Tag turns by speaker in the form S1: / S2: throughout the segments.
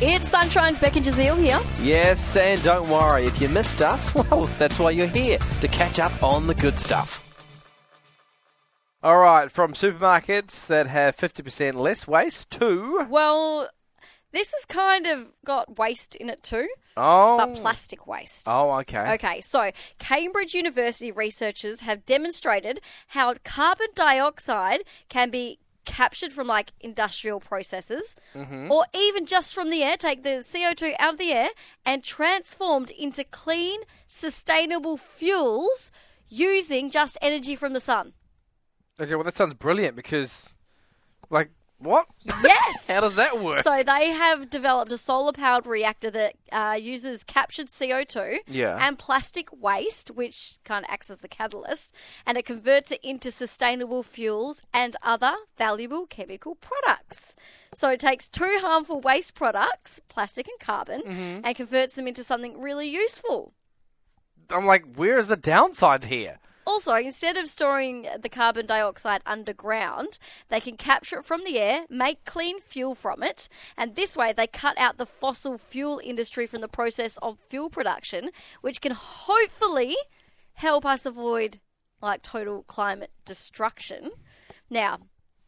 S1: It's Sunshine's Becky Jazeel here.
S2: Yes, and don't worry, if you missed us, well, that's why you're here, to catch up on the good stuff. All right, from supermarkets that have 50% less waste to.
S1: Well, this has kind of got waste in it too,
S2: Oh.
S1: but plastic waste.
S2: Oh, okay.
S1: Okay, so Cambridge University researchers have demonstrated how carbon dioxide can be captured from like industrial processes
S2: Mm-hmm.
S1: or even just from the air take the CO2 out of the air and transformed into clean sustainable fuels using just energy from the sun.
S2: Okay, well, that sounds brilliant because, like, what?
S1: Yes.
S2: How does that work?
S1: So they have developed a solar-powered reactor that uh, uses captured CO2
S2: Yeah.
S1: and plastic waste, which kind of acts as the catalyst, and it converts it into sustainable fuels and other valuable chemical products. So it takes two harmful waste products, plastic and carbon,
S2: Mm-hmm.
S1: and converts them into something really useful.
S2: I'm like, where is the downside here?
S1: Also, instead of storing the carbon dioxide underground, they can capture it from the air, make clean fuel from it, and this way they cut out the fossil fuel industry from the process of fuel production, which can hopefully help us avoid like total climate destruction. Now,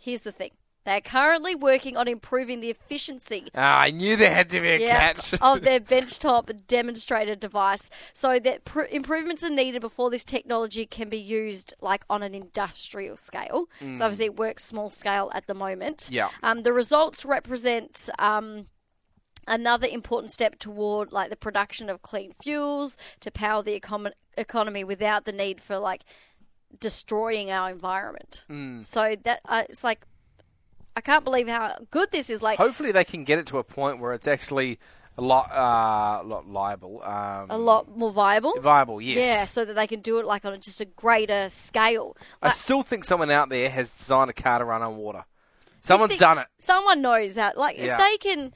S1: here's the thing. They're currently working on improving the efficiency
S2: Ah, I knew there had to be a
S1: yeah,
S2: catch.
S1: of their benchtop demonstrator device so that pr- improvements are needed before this technology can be used like on an industrial scale so obviously it works small scale at the moment
S2: Yeah.
S1: um, the results represent um, another important step toward like the production of clean fuels to power the econ- economy without the need for like destroying our environment so that uh, it's like I can't believe how good this is. Like
S2: Hopefully, they can get it to a point where it's actually a lot, uh, lot liable. Um,
S1: a lot more viable.
S2: viable. Yes.
S1: Yeah, so that they can do it like on just a greater scale.
S2: I still think someone out there has designed a car to run on water. Someone's
S1: think-
S2: done it.
S1: Someone knows that. Like
S2: Yeah.
S1: if they can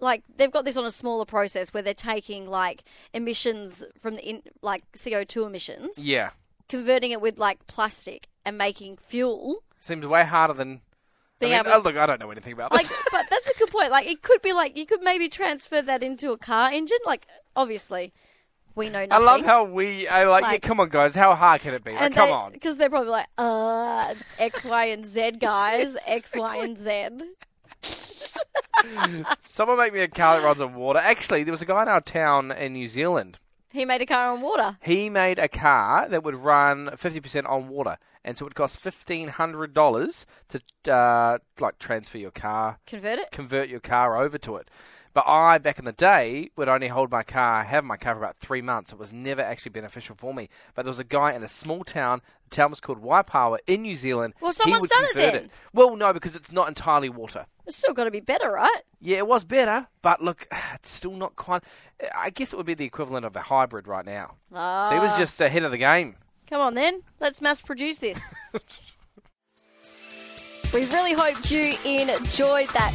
S1: like they've got this on a smaller process where they're taking like emissions from the in, like CO2 emissions,
S2: Yeah.
S1: converting it with like plastic and making fuel.
S2: Seems way harder than. I
S1: Being
S2: mean,
S1: able
S2: oh, look, I don't know anything about
S1: like
S2: this.
S1: but that's a good point. Like it could be like you could maybe transfer that into a car engine like obviously we know nothing.
S2: I love how we. I like.
S1: Like-
S2: yeah, come on, guys. How hard can it be? Like, come on.
S1: Because they're probably like, uh, X, Y, and Z, guys. X, Y, and Z.
S2: Someone make me a car that runs on water. Actually, there was a guy in our town in New Zealand.
S1: He made a car on water.
S2: He made a car that would run fifty percent on water, and so it cost fifteen hundred dollars to uh, like transfer your car
S1: Convert it?
S2: convert your car over to it. But I, back in the day, would only hold my car, have my car for about three months. It was never actually beneficial for me. But there was a guy in a small town, the town was called Waipawa in New Zealand.
S1: Well,
S2: He
S1: someone's
S2: would
S1: done it
S2: convert
S1: then.
S2: Well, no, because it's not entirely water.
S1: It's still got to be better, right?
S2: Yeah, it was better, but look, it's still not quite. I guess it would be the equivalent of a hybrid right now. so
S1: Ah.
S2: he was just ahead of the game.
S1: Come on then, let's mass produce this. we really hoped you enjoyed that